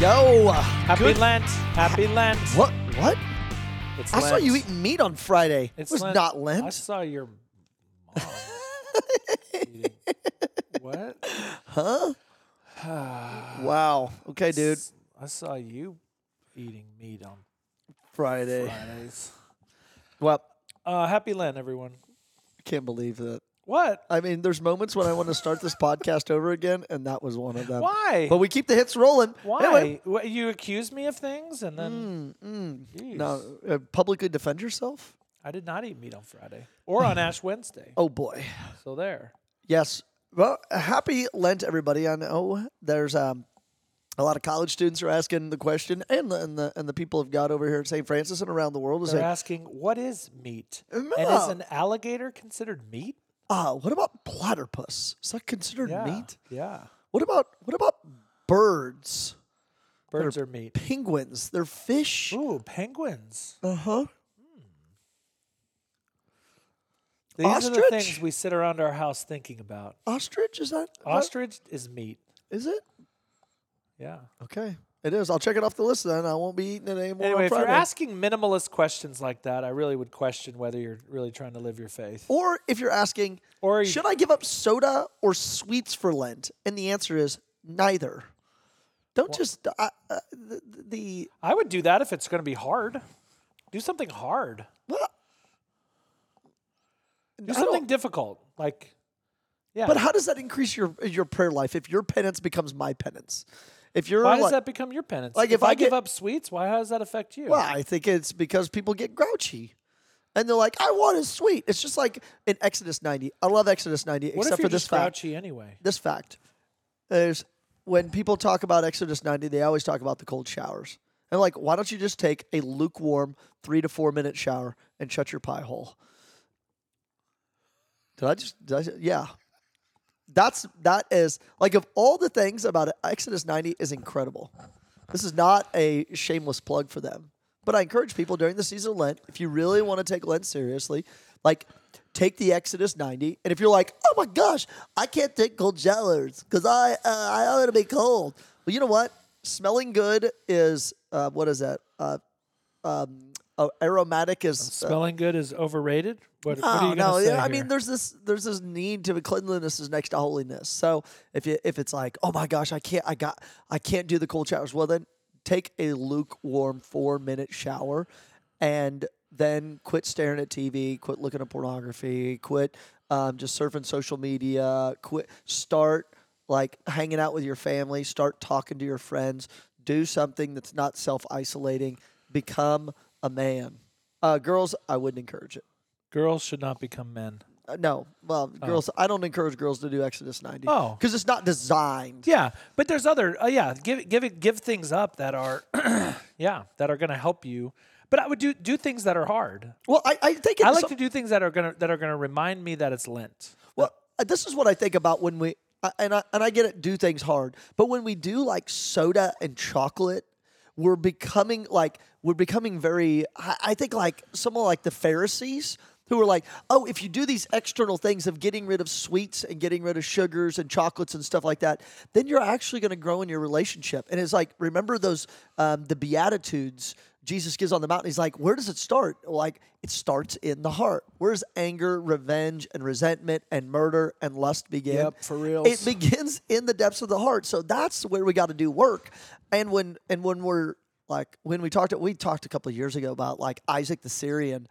go. Happy Good- Lent. Happy Lent. What? What? It's I saw Lent. you eating meat on Friday. It's it was Lent. not I Lent. saw your mom. eating- what? Huh? wow. Okay, dude. I saw you eating meat on Friday. Fridays. Well, Uh, happy Lent, everyone. I can't believe that. What? I mean, there's moments when I want to start this podcast over again, and that was one of them. Why? Uh, But we keep the hits rolling. Why? Anyway, What, you accuse me of things, and then mm, mm. Jeez. Now, uh, publicly defend yourself? I did not eat meat on Friday or on Ash Wednesday. Oh, boy. So there. Yes. Well, happy Lent, everybody. I know there's um, a lot of college students are asking the question, and the, and the and the people of God over here at St. Francis and around the world is They're like, asking, what is meat? And Yeah. is an alligator considered meat? ah, what about platypus? Is that considered Yeah. meat? Yeah. What about what about birds? Birds are meat. Penguins? They're fish. Ooh, penguins. Uh huh. These are the things Ostrich? we sit around our house thinking about. Ostrich? Is that is that- Ostrich is meat. Is it? Yeah. Okay, it is. I'll check it off the list then. I won't be eating it anymore anyway, on if you're Friday. asking minimalist questions like that, I really would question whether you're really trying to live your faith. or if you're asking, Or you- should I give up soda or sweets for Lent? And the answer is neither. Don't just I uh, the, the I would do that if it's going to be hard. Do something hard. well, I Do don't- something difficult. Like, yeah. But how does that increase your your prayer life if your penance becomes my penance? If you're why like, does that become your penance? like, if, if I, I give get- up sweets, why how does that affect you? well, I think it's because people get grouchy. And they're like, I want a sweet. It's just like in Exodus 90. I love Exodus 90, what except if for you're this just fact. Uh, grouchy anyway? this fact is when people talk about Exodus 90, they always talk about the cold showers. And like, why don't you just take a lukewarm three to four minute shower and shut your pie hole? Did I just? Did I, say- yeah. That's that is like of all the things about it, Exodus 90 is incredible. This is not a shameless plug for them, but I encourage people during the season of Lent, if you really want to take Lent seriously, like take the Exodus 90. And if you're like, oh my gosh, I can't take cold showers because I uh, I ought to be cold. Well, you know what? Smelling good is uh, what is that? Uh, um, uh, aromatic is uh, Smelling good is overrated. What, what are Oh you no! going to say? yeah, I here? mean, there's this there's this need to cleanliness is next to holiness. So if you if it's like, oh my gosh, I can't, I got, I can't do the cold showers. Well, then take a lukewarm four minute shower, and then quit staring at TV, quit looking at pornography, quit um, just surfing social media, quit start like hanging out with your family, start talking to your friends, do something that's not self isolating, become a man. Uh, girls, I wouldn't encourage it. Girls should not become men. Uh, no, well, girls. I don't encourage girls to do Exodus ninety. Oh. because it's not designed. Yeah, but there's other. Uh, yeah, give give it give things up that are, yeah, that are going to help you. But I would do do things that are hard. Well, I, I think it's, I like to do things that are gonna that are gonna remind me that it's Lent. Well, uh, this is what I think about when we I- and I and I get it. Do things hard, but when we do like soda and chocolate, we're becoming like we're becoming very. I, I think like someone like the Pharisees who were like, oh, if you do these external things of getting rid of sweets and getting rid of sugars and chocolates and stuff like that, then you're actually going to grow in your relationship. And it's like remember those um, the Beatitudes. Jesus gives on the mountain. He's like, where does it start? Like, it starts in the heart. Where's anger, revenge, and resentment, and murder and lust begin? Yep, for reals. It begins in the depths of the heart. So that's where we got to do work. And when and when we're like when we talked, we talked a couple of years ago about like Isaac the Syrian,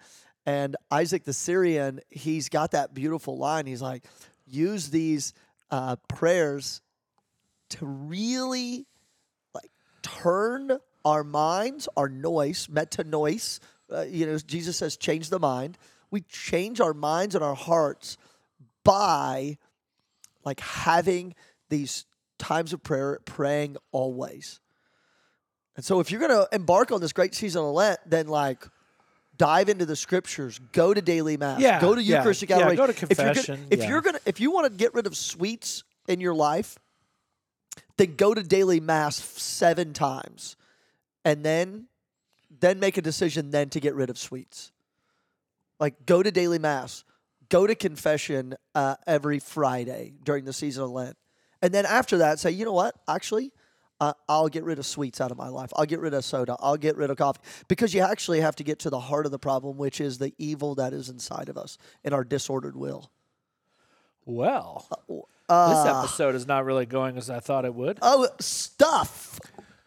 and Isaac the Syrian, he's got that beautiful line. He's like, use these uh, prayers to really like turn our minds, our noise, metanoise. Uh, you know, Jesus says, change the mind. We change our minds and our hearts by like having these times of prayer, praying always. And so, if you're going to embark on this great season of Lent, then like dive into the scriptures, go to daily mass, Yeah, go to yeah, Eucharistic yeah, adoration. go to If you're confession, gonna, if yeah. you're gonna, if you want to get rid of sweets in your life, then go to daily mass f- seven times, and then then make a decision then to get rid of sweets. Like go to daily mass, go to confession uh, every Friday during the season of Lent, and then after that say, you know what? Actually, I I'll get rid of sweets out of my life. I'll get rid of soda. I'll get rid of coffee because you actually have to get to the heart of the problem, which is the evil that is inside of us and our disordered will. Well, this Uh, episode is not really going as I thought it would. oh, stuff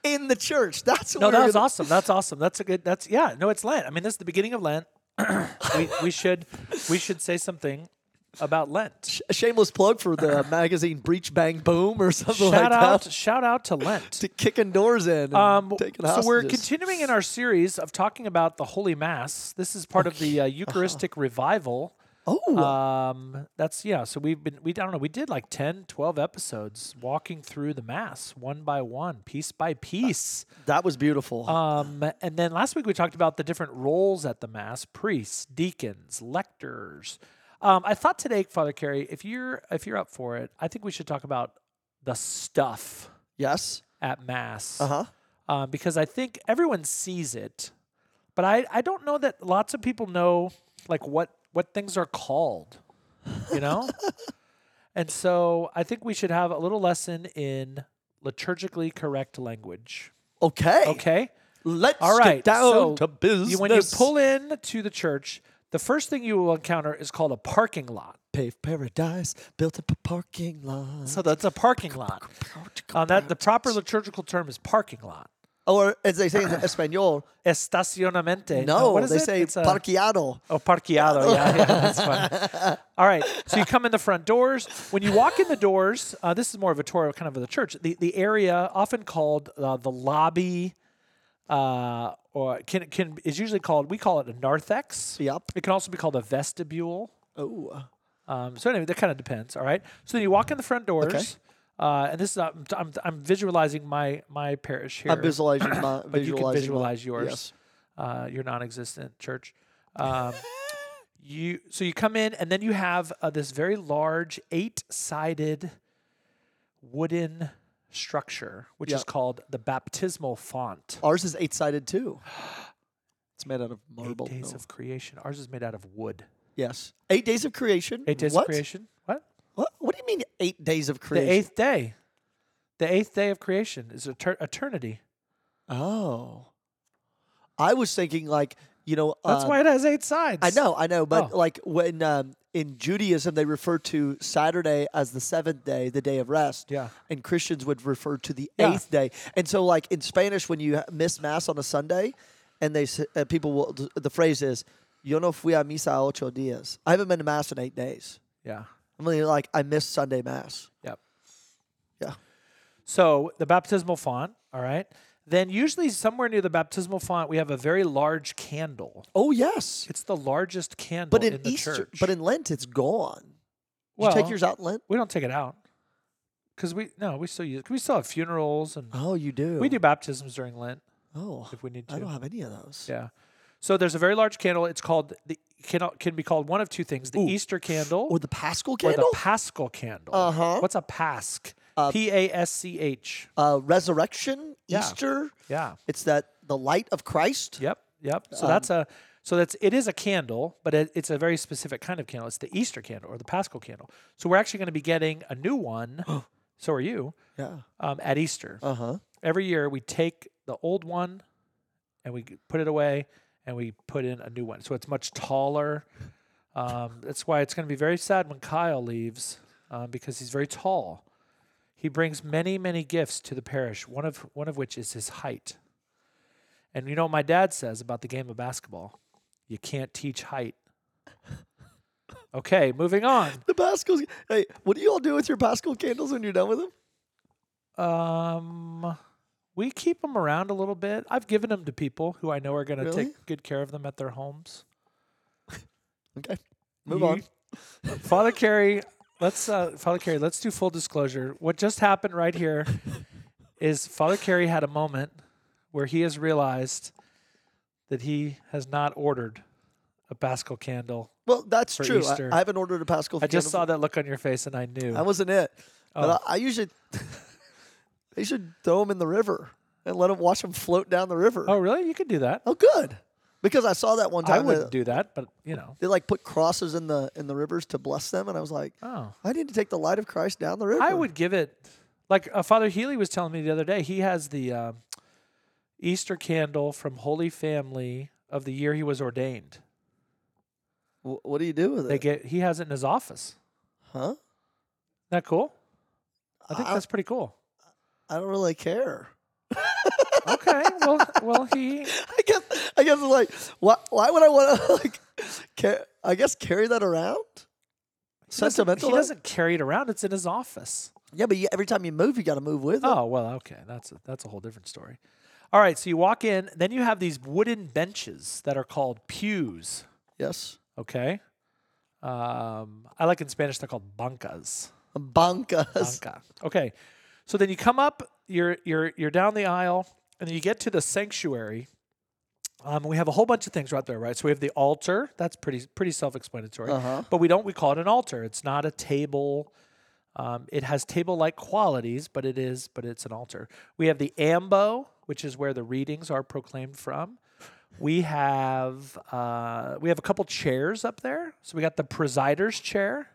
in the church. That's No, where that you're was gonna- awesome. That's awesome. That's a good. That's yeah. No, it's Lent. I mean, this is the beginning of Lent. we, we should we should say something about Lent. a shameless plug for the magazine Breach Bang Boom or something like Shout out! that. Shout out to Lent. To kicking doors in. and Um, taking so we're hostages. continuing in our series of talking about the Holy Mass. This is part of the uh, Eucharistic Uh-huh. revival. Oh, Um, that's yeah. So we've been we I don't know we did like 10, 12 episodes walking through the Mass one by one, piece by piece. that was beautiful. Um, and then last week we talked about the different roles at the mass: priests, deacons, lectors. Um, I thought today, Father Carey, if you're if you're up for it, I think we should talk about the stuff yes. at mass Uh huh. um, because I think everyone sees it, but I I don't know that lots of people know like what what things are called, you know. and so I think we should have a little lesson in liturgically correct language. Okay. Okay. Let's All get right. down so to business. You, when you pull in to the church, the first thing you will encounter is called a parking lot. paved paradise, built up a parking lot. So that's a parking lot. Um, that the proper liturgical term is parking lot. Uh, or as they say in Espanol, Estacionamente. no, uh, what is they it? say It's a- parqueado. Oh, parqueado. Yeah, yeah, that's fine. All right. So you come in the front doors. When you walk in the doors, uh, this is more of a tour, kind of of the church. The the area, often called uh, the lobby, uh, or can can is usually called. We call it a narthex. Yep. It can also be called a vestibule. Oh, Um, so anyway, that kind of depends. All right. So then you walk in the front doors, uh, and this is I'm, I'm I'm visualizing my my parish here. I'm visualizing my but you can visualizing visualize my- yours. Yes. Uh, your non-existent church. Um, you so you come in, and then you have uh, this very large eight-sided wooden structure, which is Yep. called the baptismal font. Ours is eight sided too. It's made out of marble. Eight days no. of creation. Ours is made out of wood. yes. Eight days of creation. Eight days what? of creation. What? What? What do you mean eight days of creation? The eighth day. The eighth day of creation is eter- eternity. Oh. I was thinking like, you know, That's uh, why it has eight sides. I know, I know, but Oh. like when um, in Judaism they refer to Saturday as the seventh day, the day of rest. Yeah. And Christians would refer to the Yeah. eighth day. And so, like in Spanish, when you ha- miss mass on a Sunday, and they s- uh, people will th- the phrase is "Yo no fui a misa ocho días." I haven't been to mass in eight days. Yeah. I mean, like I missed Sunday mass. Yep. Yeah. So the baptismal font, all right. Then usually somewhere near the baptismal font, we have a very large candle. Oh yes. It's the largest candle But in, the Easter, church. but in Lent, it's gone. Did you Well, take yours out in Lent? we don't take it out because we no, we still use. 'cause We still have funerals and Oh, you do. we do baptisms during Lent Oh, if we need I don't to. have any of those. Yeah. So there's a very large candle. It's called the can can be called one of two things: the Easter candle Or the Paschal or candle. the Paschal candle. Uh-huh. What's a Pasch? P A S C H. uh, resurrection, Yeah. Easter. Yeah. It's that the light of Christ. Yep. Yep. So that's a so that's it is a candle, but it, it's a very specific kind of candle. It's the Easter candle or the Paschal candle. So we're actually going to be getting a new one. so are you Yeah. um, at Easter Uh huh. every year? We take the old one and we g- put it away and we put in a new one. So it's much taller. Um, that's why it's going to be very sad when Kyle leaves um, because he's very tall. He brings many, many gifts to the parish. One of one of which is his height. And you know what my dad says about the game of basketball? You can't teach height. Okay, moving on. The Paschal. Hey, what do you all do with your Paschal candles when you're done with them? Um, we keep them around a little bit. I've given them to people who I know are going to Really? take good care of them at their homes. Okay. Move You- on. Father Carey, let's uh, Father Carey, let's do full disclosure. What just happened right here is Father Carey had a moment where he has realized that he has not ordered a Paschal candle. Well, that's For true. Easter. I, I haven't ordered a Paschal. I just candle. saw that look on your face, and I knew. That wasn't it. Oh. But I, I usually, they should throw them in the river and let them watch them float down the river. oh, really? You could do that. Oh, good. Because I saw that one I time. wouldn't that do that, but you know. They like put crosses in the in the rivers to bless them, and I was like, Oh, I need to take the light of Christ down the river. I would give it Like uh, Father Healy was telling me the other day, he has the um, Easter candle from Holy Family of the year he was ordained. Wh- what do you do with They it? get he has it in his office. huh? Isn't that cool? I think I- that's pretty cool. I don't really care. Okay, well, well, he I guess I guess like why why would I want to like ca- I guess carry that around? Sentimental. He though? doesn't carry it around. It's in his office. Yeah, but you, every time you move, you got to move with it. Oh well, okay. That's a, that's a whole different story. All right, so you walk in, then you have these wooden benches that are called pews. Yes, Okay, um, I like in Spanish they're called bancas. bancas. Banca. Okay, so then you come up, you're you're you're down the aisle, and then you get to the sanctuary. Um, we have a whole bunch of things right there, right? So we have the altar. That's pretty pretty self-explanatory. Uh huh. but we don't we call it an altar it's not a table um, it has table like qualities but it is but it's an altar we have the ambo which is where the readings are proclaimed from we have uh, we have a couple chairs up there so we got the presider's chair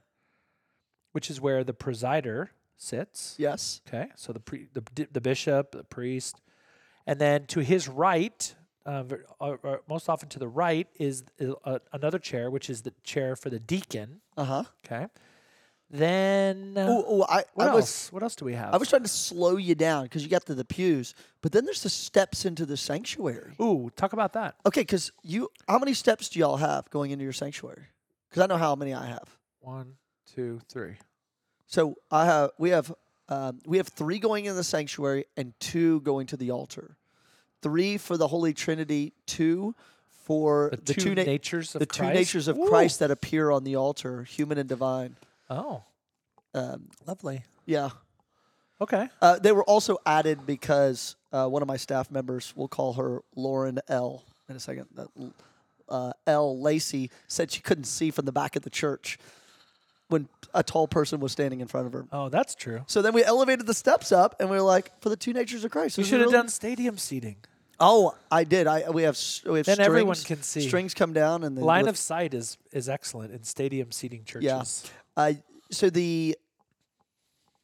which is where the presider sits Yes. Okay, so the pre, the di- the bishop, the priest, and then to his right, uh, ver- or, or most often to the right is uh, a- another chair, which is the chair for the deacon. Uh huh. Okay, then uh, Oh, I, what I else? was what else do we have? I was trying to slow you down because you got to the pews, but then there's the steps into the sanctuary. Ooh, talk about that. Okay, because you, how many steps do y'all have going into your sanctuary? Because I know how many I have. One, two, three. So I have we have um, we have three going in the sanctuary and two going to the altar. Three for the Holy Trinity, two for The, two, na- natures of the two Christ. natures of Ooh. Christ that appear on the altar, human and divine. Oh, Um, lovely. yeah, Okay. uh, they were also added because uh, one of my staff members, we'll call her Lauren L. In a second, that L- uh, L. Lacey said she couldn't see from the back of the church when a tall person was standing in front of her. Oh, that's true. So then we elevated the steps up, and we were like, "For the two natures of Christ." You this is should have really- done stadium seating. Oh, I did. I we have s- we have Then strings. everyone can see. Strings come down, and then Line with- of sight is is excellent in stadium seating churches. yeah. Uh, so the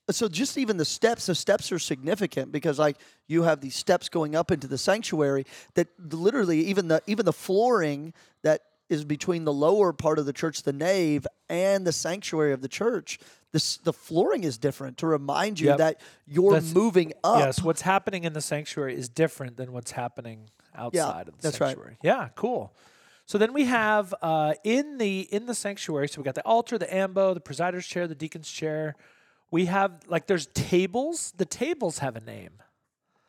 so just even the steps. The steps are significant because like you have these steps going up into the sanctuary that literally even the even the flooring that is between the lower part of the church, the nave, and the sanctuary of the church. This the flooring is different to remind you Yep. that you're That's- moving up. Yes, what's happening in the sanctuary is different than what's happening outside of the that's right. sanctuary. Yeah, cool. So then we have uh, in the in the sanctuary. So we got the altar, the ambo, the presider's chair, the deacon's chair. We have like there's tables. The tables have a name.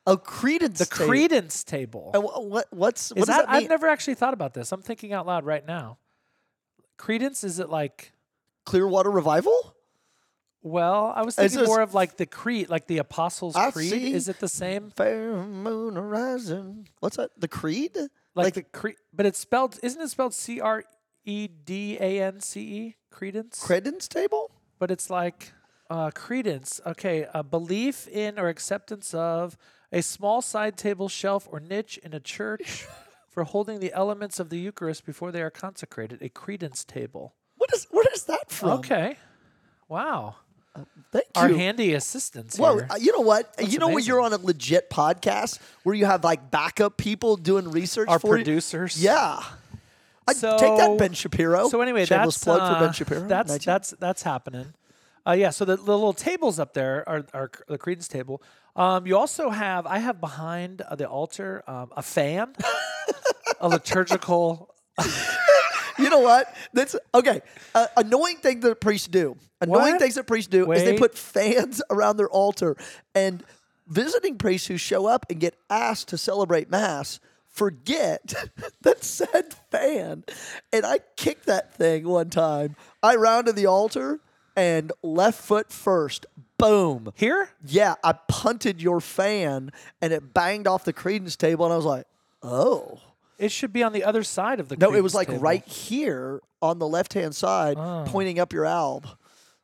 A credence. The table. credence table. And wha- what what's what is does that, that, mean? I've never actually thought about this. I'm thinking out loud right now. Credence is it like? Clearwater Revival? Well, I was Is thinking this- more of like the creed, like the Apostles' I Creed. see. Is it the same? Fair moon horizon. What's that? The Creed? like, the cre- but it's spelled isn't it spelled C R E D A N C E credence? credence table? but it's like uh, credence. Okay, a belief in or acceptance of a small side table shelf or niche in a church for holding the elements of the Eucharist before they are consecrated. A credence table. What is where is that from? Okay. Wow. Oh, Thank Our you. handy assistants Whoa, here. uh, you know what? you know when amazing. you're on a legit podcast where you have like backup people doing research our for producers. you? Yeah. I So- take that Ben Shapiro. So anyway, Oh, Shameless that's plug for uh, Ben Shapiro. That's 19. that's that's happening. Uh, yeah. So the, the little tables up there are, are c- the credence table. Um, you also have I have behind uh, the altar um, a fan, a liturgical. You know what? That's okay. Uh, annoying thing that priests do. Annoying What? things that priests do is they Wait. put fans around their altar, and visiting priests who show up and get asked to celebrate mass forget that said fan. And I kicked that thing one time. I rounded the altar and left foot first. Boom. Here, Yeah, I punted your fan, and it banged off the credence table, and I was like, oh. it should be on the other side of the. No, it was credence like table. Oh. right here on the left hand side, pointing up your alb.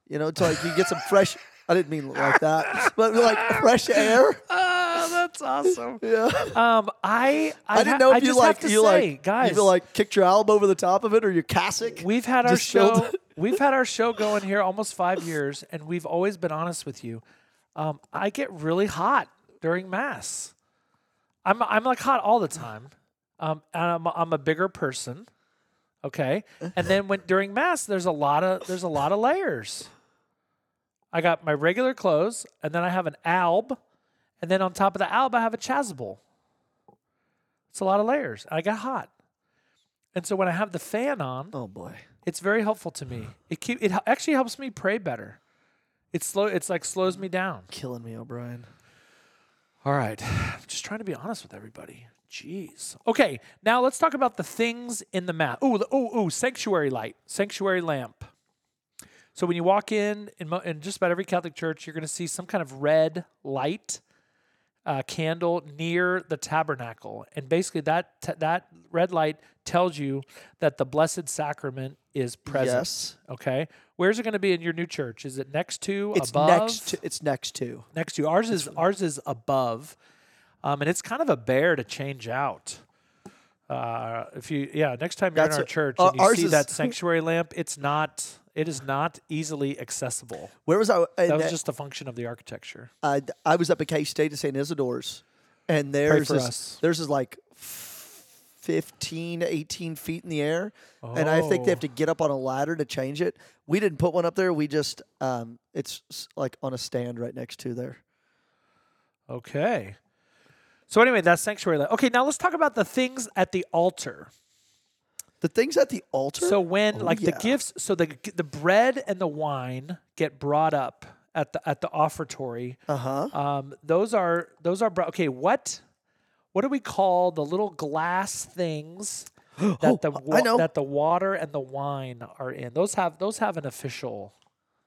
You know, to like you get some fresh. I didn't mean like that, but like fresh air. Oh, that's awesome. Yeah, Um, I I, I ha- didn't know if I you just like have to you say, like guys, you like kicked your alb over the top of it or your cassock. We've had our Just filled- show. we've had our show going here almost five years, and we've always been honest with you. Um, I get really hot during mass. I'm I'm like hot all the time. Um, and I'm I'm a bigger person. Okay, and then when during mass, there's a lot of there's a lot of layers. I got my regular clothes, and then I have an alb, and then on top of the alb, I have a chasuble. It's a lot of layers. I got hot, and so when I have the fan on, Oh boy. it's very helpful to me. It keep it h- actually helps me pray better. It slow. It's like slows me down. Killing me, O'Brien. All right. I'm just trying to be honest with everybody. Jeez. Okay. Now let's talk about the things in the map. Ooh, the- ooh, ooh, sanctuary light, sanctuary lamp. So when you walk in, in, mo- in just about every Catholic church, you're going to see some kind of red light uh, candle near the tabernacle. And basically that, t- that red light tells you that the blessed sacrament is present. Yes. Okay. Where's it going to be in your new church? Is it next to? It's above? next to it's next to. next to ours is ours is above um, and it's kind of a bear to change out uh, if you yeah next time you're That's in our a- church uh, and you ours see is- that sanctuary lamp it's not it is not easily accessible Where was I? Uh, that was and just a function of the architecture I, I was up at K State at St. Isidore's, and there's for this, us. there's this like 15, 18 feet in the air, and I think they have Oh. to get up on a ladder to change it. We didn't put one up there. We just um, it's s- like on a stand right next to there. okay so anyway that's sanctuary lamp okay now let's talk about the things at the altar The things at the altar. So when Oh, like yeah. the gifts, so the the bread and the wine get brought up at the at the offertory. Uh Uh-huh. Um, those are those are brought. Okay, what what do we call the little glass things that the Oh, wa- know. that the water and the wine are in? Those have those have an official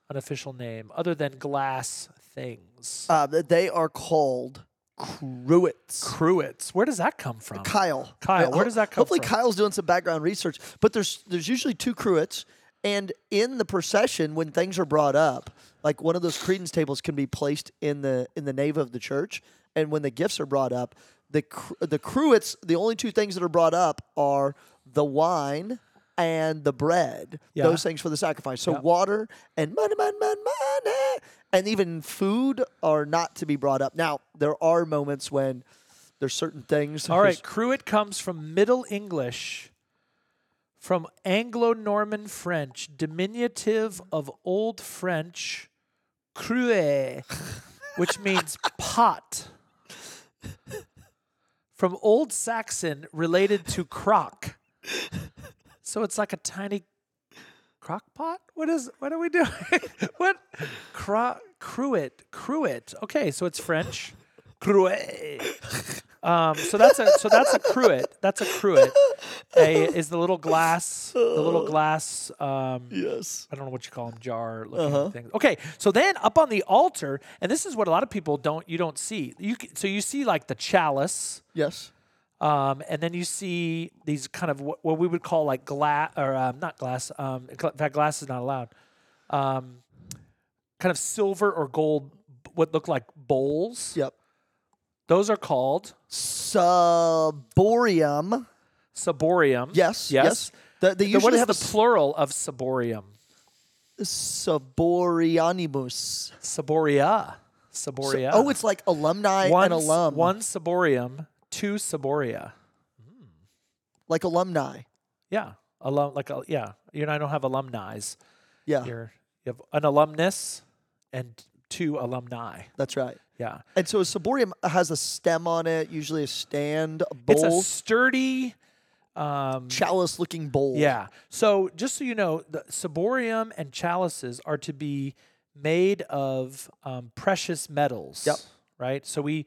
an official name other than glass things. uh, th- they are called cruets. Cruets. Where does that come from? Kyle. Kyle, I- where does that come hopefully from? Kyle's doing some background research, but there's there's usually two cruets, and in the procession when things are brought up, like one of those credence tables can be placed in the in the nave of the church, and when the gifts are brought up, the cr- the cruets, the only two things that are brought up are the wine and the bread. Yeah. Those things for the sacrifice. So water and money, money, money, money, and even food are not to be brought up. Now there are moments when. There's certain things. All right, cruet comes from Middle English, from Anglo Norman French, diminutive of Old French, crue, which means pot. From Old Saxon, related to crock. So it's like a tiny crock pot? What is, what are we doing? what? Cro- cruet, cruet. Okay, so it's French. Cruet. Um, so that's a so that's a cruet. That's a cruet. A is the little glass, the little glass. Um, Yes. I don't know what you call them, jar looking things. Okay, so then up on the altar, and this is what a lot of people don't you don't see. You c- so you see like the chalice, Yes. um, and then you see these kind of what, what we would call like glass or um, not glass. Um, in cl- in fact, glass is not allowed. Um, kind of silver or gold, b- what look like bowls. Yep. Those are called Saborium. ciborium. Yes. Yes. The, they Then usually what is have the a s- plural of ciborium? saborianimus. Ciboria. Ciboria. Oh, it's like alumni one, and s- alum. One ciborium, two ciboria. Like alumni. Yeah. Alum, like, uh, yeah. You and I don't have alumni's. Yeah. You're, you have an alumnus and two alumni. That's right. Yeah. And so a saborium has a stem on it, usually a stand, a It's bowl, a sturdy. Um, chalice looking bowl. Yeah. So just so you know, the ciborium and chalices are to be made of um, precious metals. Yep. Right. So we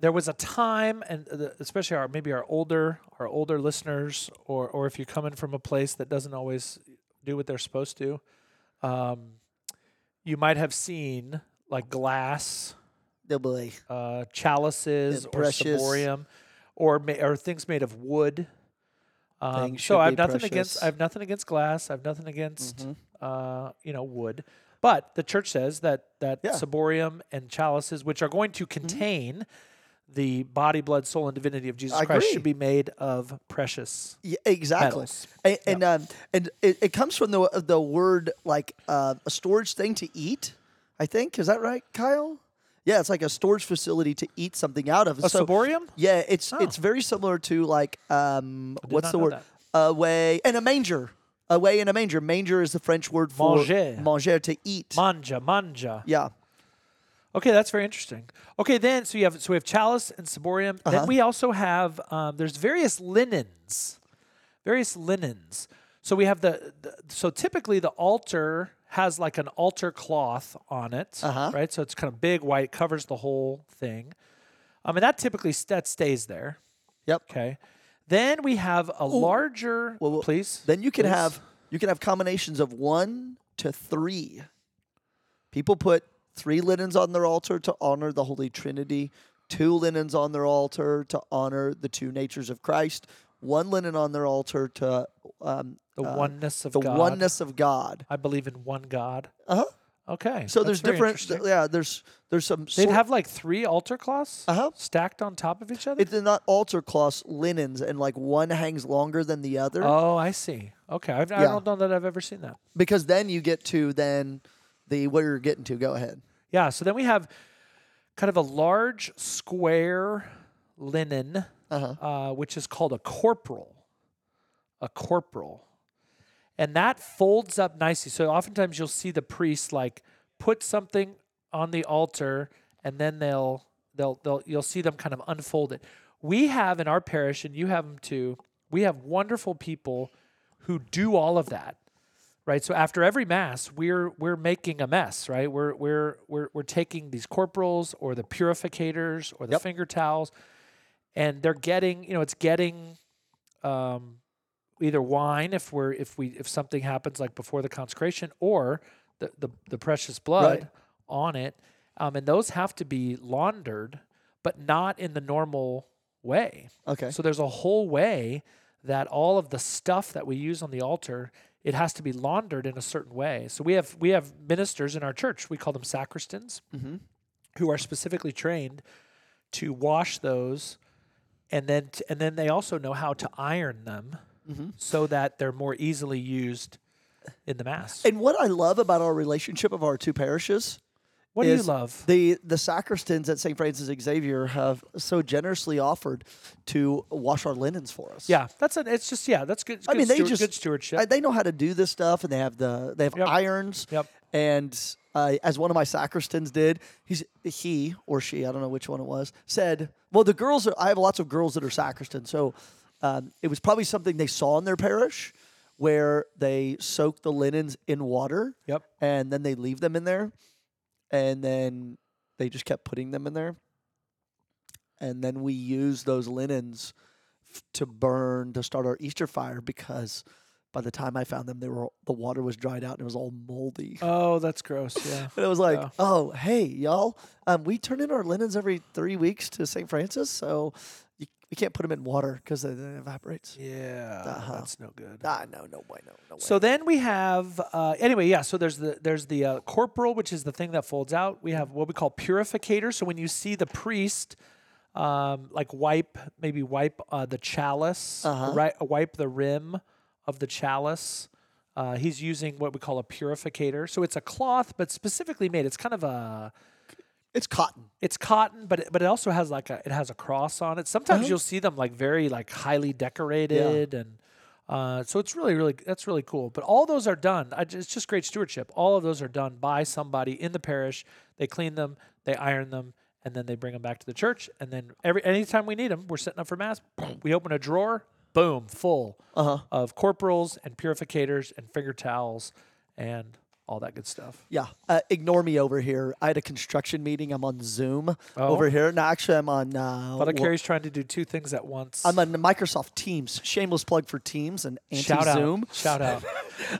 there was a time, and the, especially our maybe our older our older listeners, or or if you're coming from a place that doesn't always do what they're supposed to, um, you might have seen like glass Oh boy. uh, chalices Yeah, or precious. ciborium or ma- or things made of wood. Um, Things so should I have be nothing precious. Mm-hmm. against I have nothing against glass. I have nothing against uh, you know wood. But the church says that that Yeah. Mm-hmm. ciborium and chalices, which are going to contain the body, blood, soul, and divinity of Jesus I Christ, should agree. be made of precious. Yeah, exactly. Metals. And and, um, and it, it comes from the the word like uh, a storage thing to eat. I think is that right, Kyle? Yeah, it's like a storage facility to eat something out of. A ciborium? yeah, it's Oh. it's very similar to like um did what's not the know word? that. A way and a manger. A way and a manger. Manger is the French word for Manger. manger to eat. Manja, manja. yeah. Okay, that's very interesting. Okay, then so you have so we have chalice and ciborium. Uh-huh. Then we also have um, there's various linens, various linens. So we have the, the so typically the altar has like an altar cloth on it, Uh-huh. right? So it's kind of big white, covers the whole thing. I mean that typically s- that stays there. Yep. Okay. Then we have a larger, Well, well, please. Then you can please. have you can have combinations of one to three. People put three linens on their altar to honor the Holy Trinity, two linens on their altar to honor the two natures of Christ, one linen on their altar to um, the uh, oneness of the God. oneness of God. I believe in one God. Uh huh. Okay. So that's there's very different. interesting. yeah, there's there's some. They'd have like three altar cloths Uh-huh. stacked on top of each other. it's not altar cloths, linens, and like one hangs longer than the other. oh, I see. Okay, I've, I Yeah. don't know that I've ever seen that. because then you get to then the what you're getting to. Go ahead. Yeah. So then we have kind of a large square linen, uh, which is called a corporal. A corporal, and that folds up nicely. So oftentimes you'll see the priest like put something on the altar, and then they'll they'll they'll you'll see them kind of unfold it. We have in our parish, and you have them too. We have wonderful people who do all of that. right? So after every mass, we're we're making a mess, right? We're we're we're we're taking these corporals or the purificators or the Yep. finger towels, and they're getting you know it's getting, um, either wine if we're if we if something happens like before the consecration or the the, the precious blood on it, um, and those have to be laundered, but not in the normal way. Okay. So there's a whole way that all of the stuff that we use on the altar, it has to be laundered in a certain way. So we have we have ministers in our church. We call them sacristans, Mm-hmm. who are specifically trained to wash those, and then t- and then they also know how to iron them Mm-hmm. so that they're more easily used in the mass. And what I love about our relationship of our two parishes, what do you is love? the the sacristans at St. Francis Xavier have so generously offered to wash our linens for us. yeah, that's an. It's just yeah, that's good. I mean, good they steward- just- good stewardship. Uh, they know how to do this stuff, and they have the they have Yep. irons. Yep. And uh, as one of my sacristans did, he's, he or she, I don't know which one it was, said, "Well, the girls are. I have lots of girls that are sacristans, so um, it was probably something they saw in their parish." Where they soak the linens in water, Yep. and then they leave them in there, and then they just kept putting them in there, and then we use those linens f- to burn to start our Easter fire because by the time I found them, they were the water was dried out and it was all moldy. oh, that's gross. Yeah. and I was like, yeah. "Oh, hey, y'all, um, we turn in our linens every three weeks to St. Francis, so you, we can't put them in water because then it evaporates." Yeah. Uh-huh. That's no good. Ah, no, no way, no, no way. So then we have uh, anyway, yeah. So there's the there's the uh, corporal, which is the thing that folds out. We have what we call purificator. So when you see the priest, um, like wipe maybe wipe uh, the chalice, Uh-huh. right? Wipe the rim of the chalice. Uh, he's using what we call a purificator. So it's a cloth, but specifically made. It's kind of a it's cotton. it's cotton, but it, but it also has like a it has a cross on it. Sometimes Uh-huh. you'll see them like very like highly decorated and uh, so it's really really that's really cool. But all those are done. I ju- it's just great stewardship. All of those are done by somebody in the parish. They clean them, they iron them, and then they bring them back to the church. And then every anytime we need them, we're setting up for mass. We open a drawer, boom, full Uh-huh. of corporals and purificators and finger towels and all that good stuff. Yeah, uh, ignore me over here. I had a construction meeting. I'm on Zoom Oh. over here. No, actually, I'm on. Uh, But wha- Carrie's trying to do two things at once. I'm on Microsoft Teams. Shameless plug for Teams and Shout anti-Zoom. out! Shout out!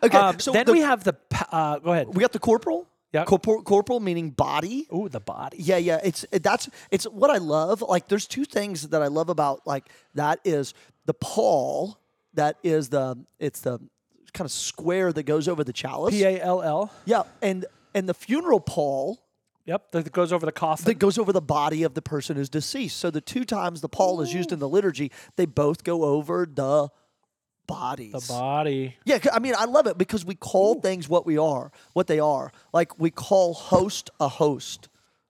Okay, Um, so then the- we have the. pa- Uh, go ahead. we got the corporal. Yeah. Corpor- corporal meaning body. Ooh, the body. Yeah, yeah. It's it- that's it's what I love. Like, there's two things that I love about like that is the Paul. That is the it's the kind of square that goes over the chalice. P A L L. Yeah, and and the funeral Paul Yep, that goes over the coffin. that goes over the body of the person who's deceased. So the two times the Paul is used in the liturgy, they both go over the bodies. the body. Yeah, 'cause- I mean, I love it because we call things what we are, what they are. Like we call host a host,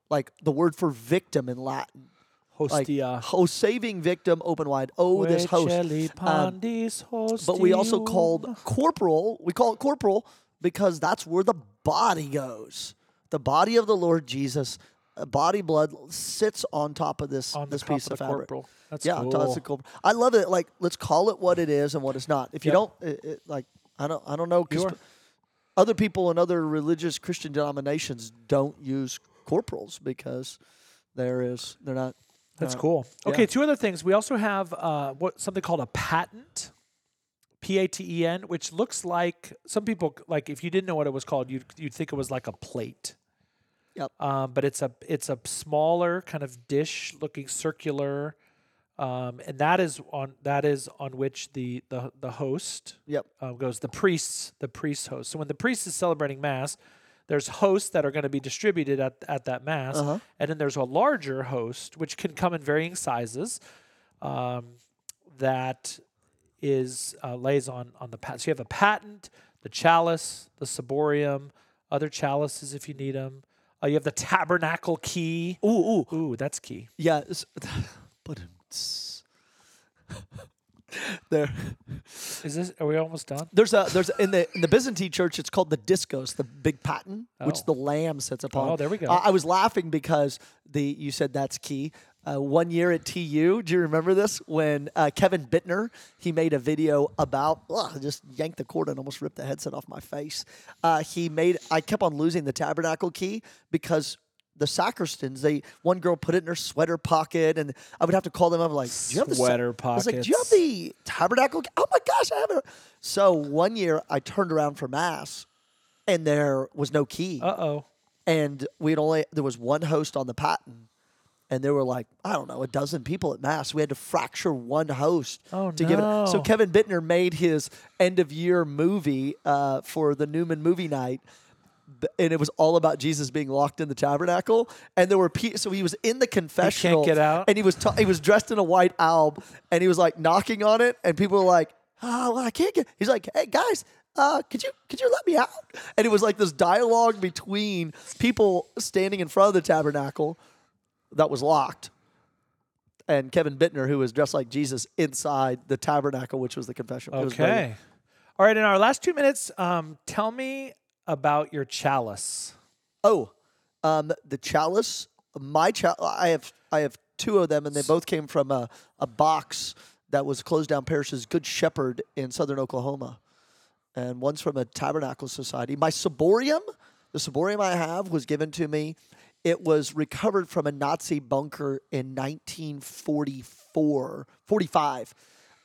like the word for victim in Latin. Like Hostia. ho- saving victim, open wide. Oh, this host. Ueccelli pandis But we also hostium. called corporal. We call it corporal because that's where the body goes. The body of the Lord Jesus, uh, body blood sits on top of this on the this top piece of the fabric. corporal. That's yeah, cool. that's a cool. I love it. Like, let's call it what it is and what it's not. If you Yep. don't, it, it, like, I don't, I don't know. 'cause Sure. other people in other religious Christian denominations don't use corporals because there is they're not. That's uh, cool. yeah. Okay, two other things. We also have uh, what something called a patent, P A T E N, which looks like some people like if you didn't know what it was called, you'd you'd think it was like a plate. Yep. Um, but it's a it's a smaller kind of dish looking circular, um, and that is on that is on which the the the host Yep. um, goes the priests, the priest host. So when the priest is celebrating mass, there's hosts that are going to be distributed at, at that mass, Uh-huh. and then there's a larger host which can come in varying sizes, um, that is uh, lays on on the pat. So you have a patent, the chalice, the ciborium, other chalices if you need them. Uh, you have the tabernacle key. Ooh, ooh. Ooh, that's key. Yeah. it's- But it's- there, Is this? Are we almost done? there's a there's in the in the Byzantine church. It's called the discos, the big paten, Oh. which the lamb sits upon. Uh, Oh, there we go. I, I was laughing because the you said that's key. Uh, one year at TU, do you remember this? When uh, Kevin Bittner he made a video about, ugh, I just yanked the cord and almost ripped the headset off my face. Uh, he made I kept on losing the tabernacle key because the sacristans they one girl put it in her sweater pocket and I would have to call them up like do you have the sa-" Sweater I was like, do you have the tabernacle? key?" Oh my gosh, I have it. So one year I turned around for mass and there was no key Uh oh. and we had only there was one host on the patent and there were like i don't know a dozen people at mass we had to fracture one host Oh, to give it so no. kevin bittner made his end of year movie uh, for the newman movie night b- and it was all about Jesus being locked in the tabernacle, and there were pe- so he was in the confessional, get out? and he was ta- he was dressed in a white alb, and he was like knocking on it, and people were like, "Oh, well, I can't get." He's like, "Hey guys, uh, could you could you let me out?" And it was like this dialogue between people standing in front of the tabernacle that was locked, and Kevin Bittner, who was dressed like Jesus inside the tabernacle, which was the confessional. It was brilliant. Okay. All right. In our last two minutes, um, tell me about your chalice. Oh, um, the chalice. My chal. I have I have two of them, and they both came from a, a box that was closed down parish's Good Shepherd in southern Oklahoma, and one's from a Tabernacle Society. My ciborium, the ciborium I have, was given to me. It was recovered from a Nazi bunker in 1944, 45,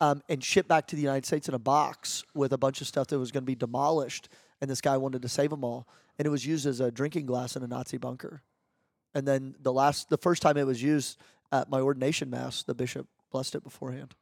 um, and shipped back to the United States in a box with a bunch of stuff that was going to be demolished. And this guy wanted to save them all, and it was used as a drinking glass in a Nazi bunker. And then the last, the first time it was used at my ordination mass, the bishop blessed it beforehand.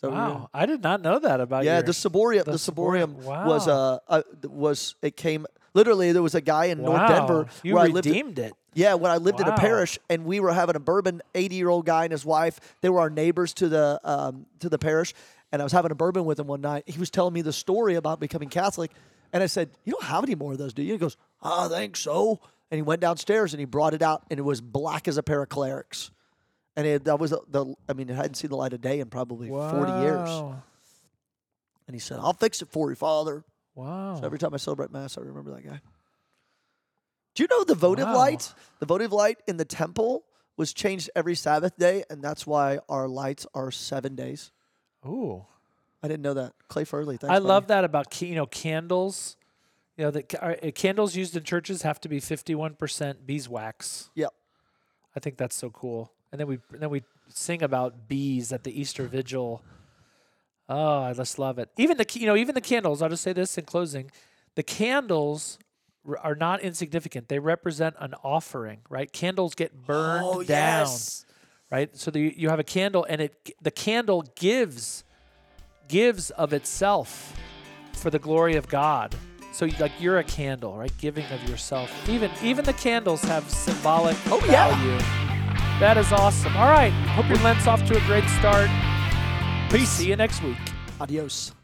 So wow, I did not know that about yeah, your- the ciborium. the The, ciborium ciborium. was uh, uh th- was it came literally there was a guy in Wow, North Denver You where I lived. redeemed it. Yeah, when I lived in Wow. a parish, and we were having a bourbon. Eighty-year-old guy and his wife. They were our neighbors to the um, to the parish, and I was having a bourbon with him one night. He was telling me the story about becoming Catholic, and I said, "You don't have any more of those, do you?" He goes, "I think so." And he went downstairs and he brought it out, and it was black as a pair of clerics. And it, that was the, the. I mean, it hadn't seen the light of day in probably forty years. Wow. And he said, "I'll fix it for you, Father." Wow. So every time I celebrate mass, I remember that guy. Do you know the votive Wow. light? The votive light in the temple was changed every Sabbath day, and that's why our lights are seven days. Ooh. I didn't know that. Clay Furley, thanks. I buddy. love that about ca- you know candles. You know that uh, candles used in churches have to be fifty-one percent beeswax. Yep. I think that's so cool. And then we and then we sing about bees at the Easter Vigil. Oh, I just love it. Even the ca- you know even the candles. I'll just say this in closing: the candles r- are not insignificant. They represent an offering, right? Candles get burned Oh, down, yes. right? So the, you have a candle, and it g- the candle gives gives of itself for the glory of God. So like you're a candle, right? Giving of yourself. Even even the candles have symbolic Oh, yeah. value. That is awesome. All right. Hope your Lent's off to a great start. Peace. See you next week. Adios.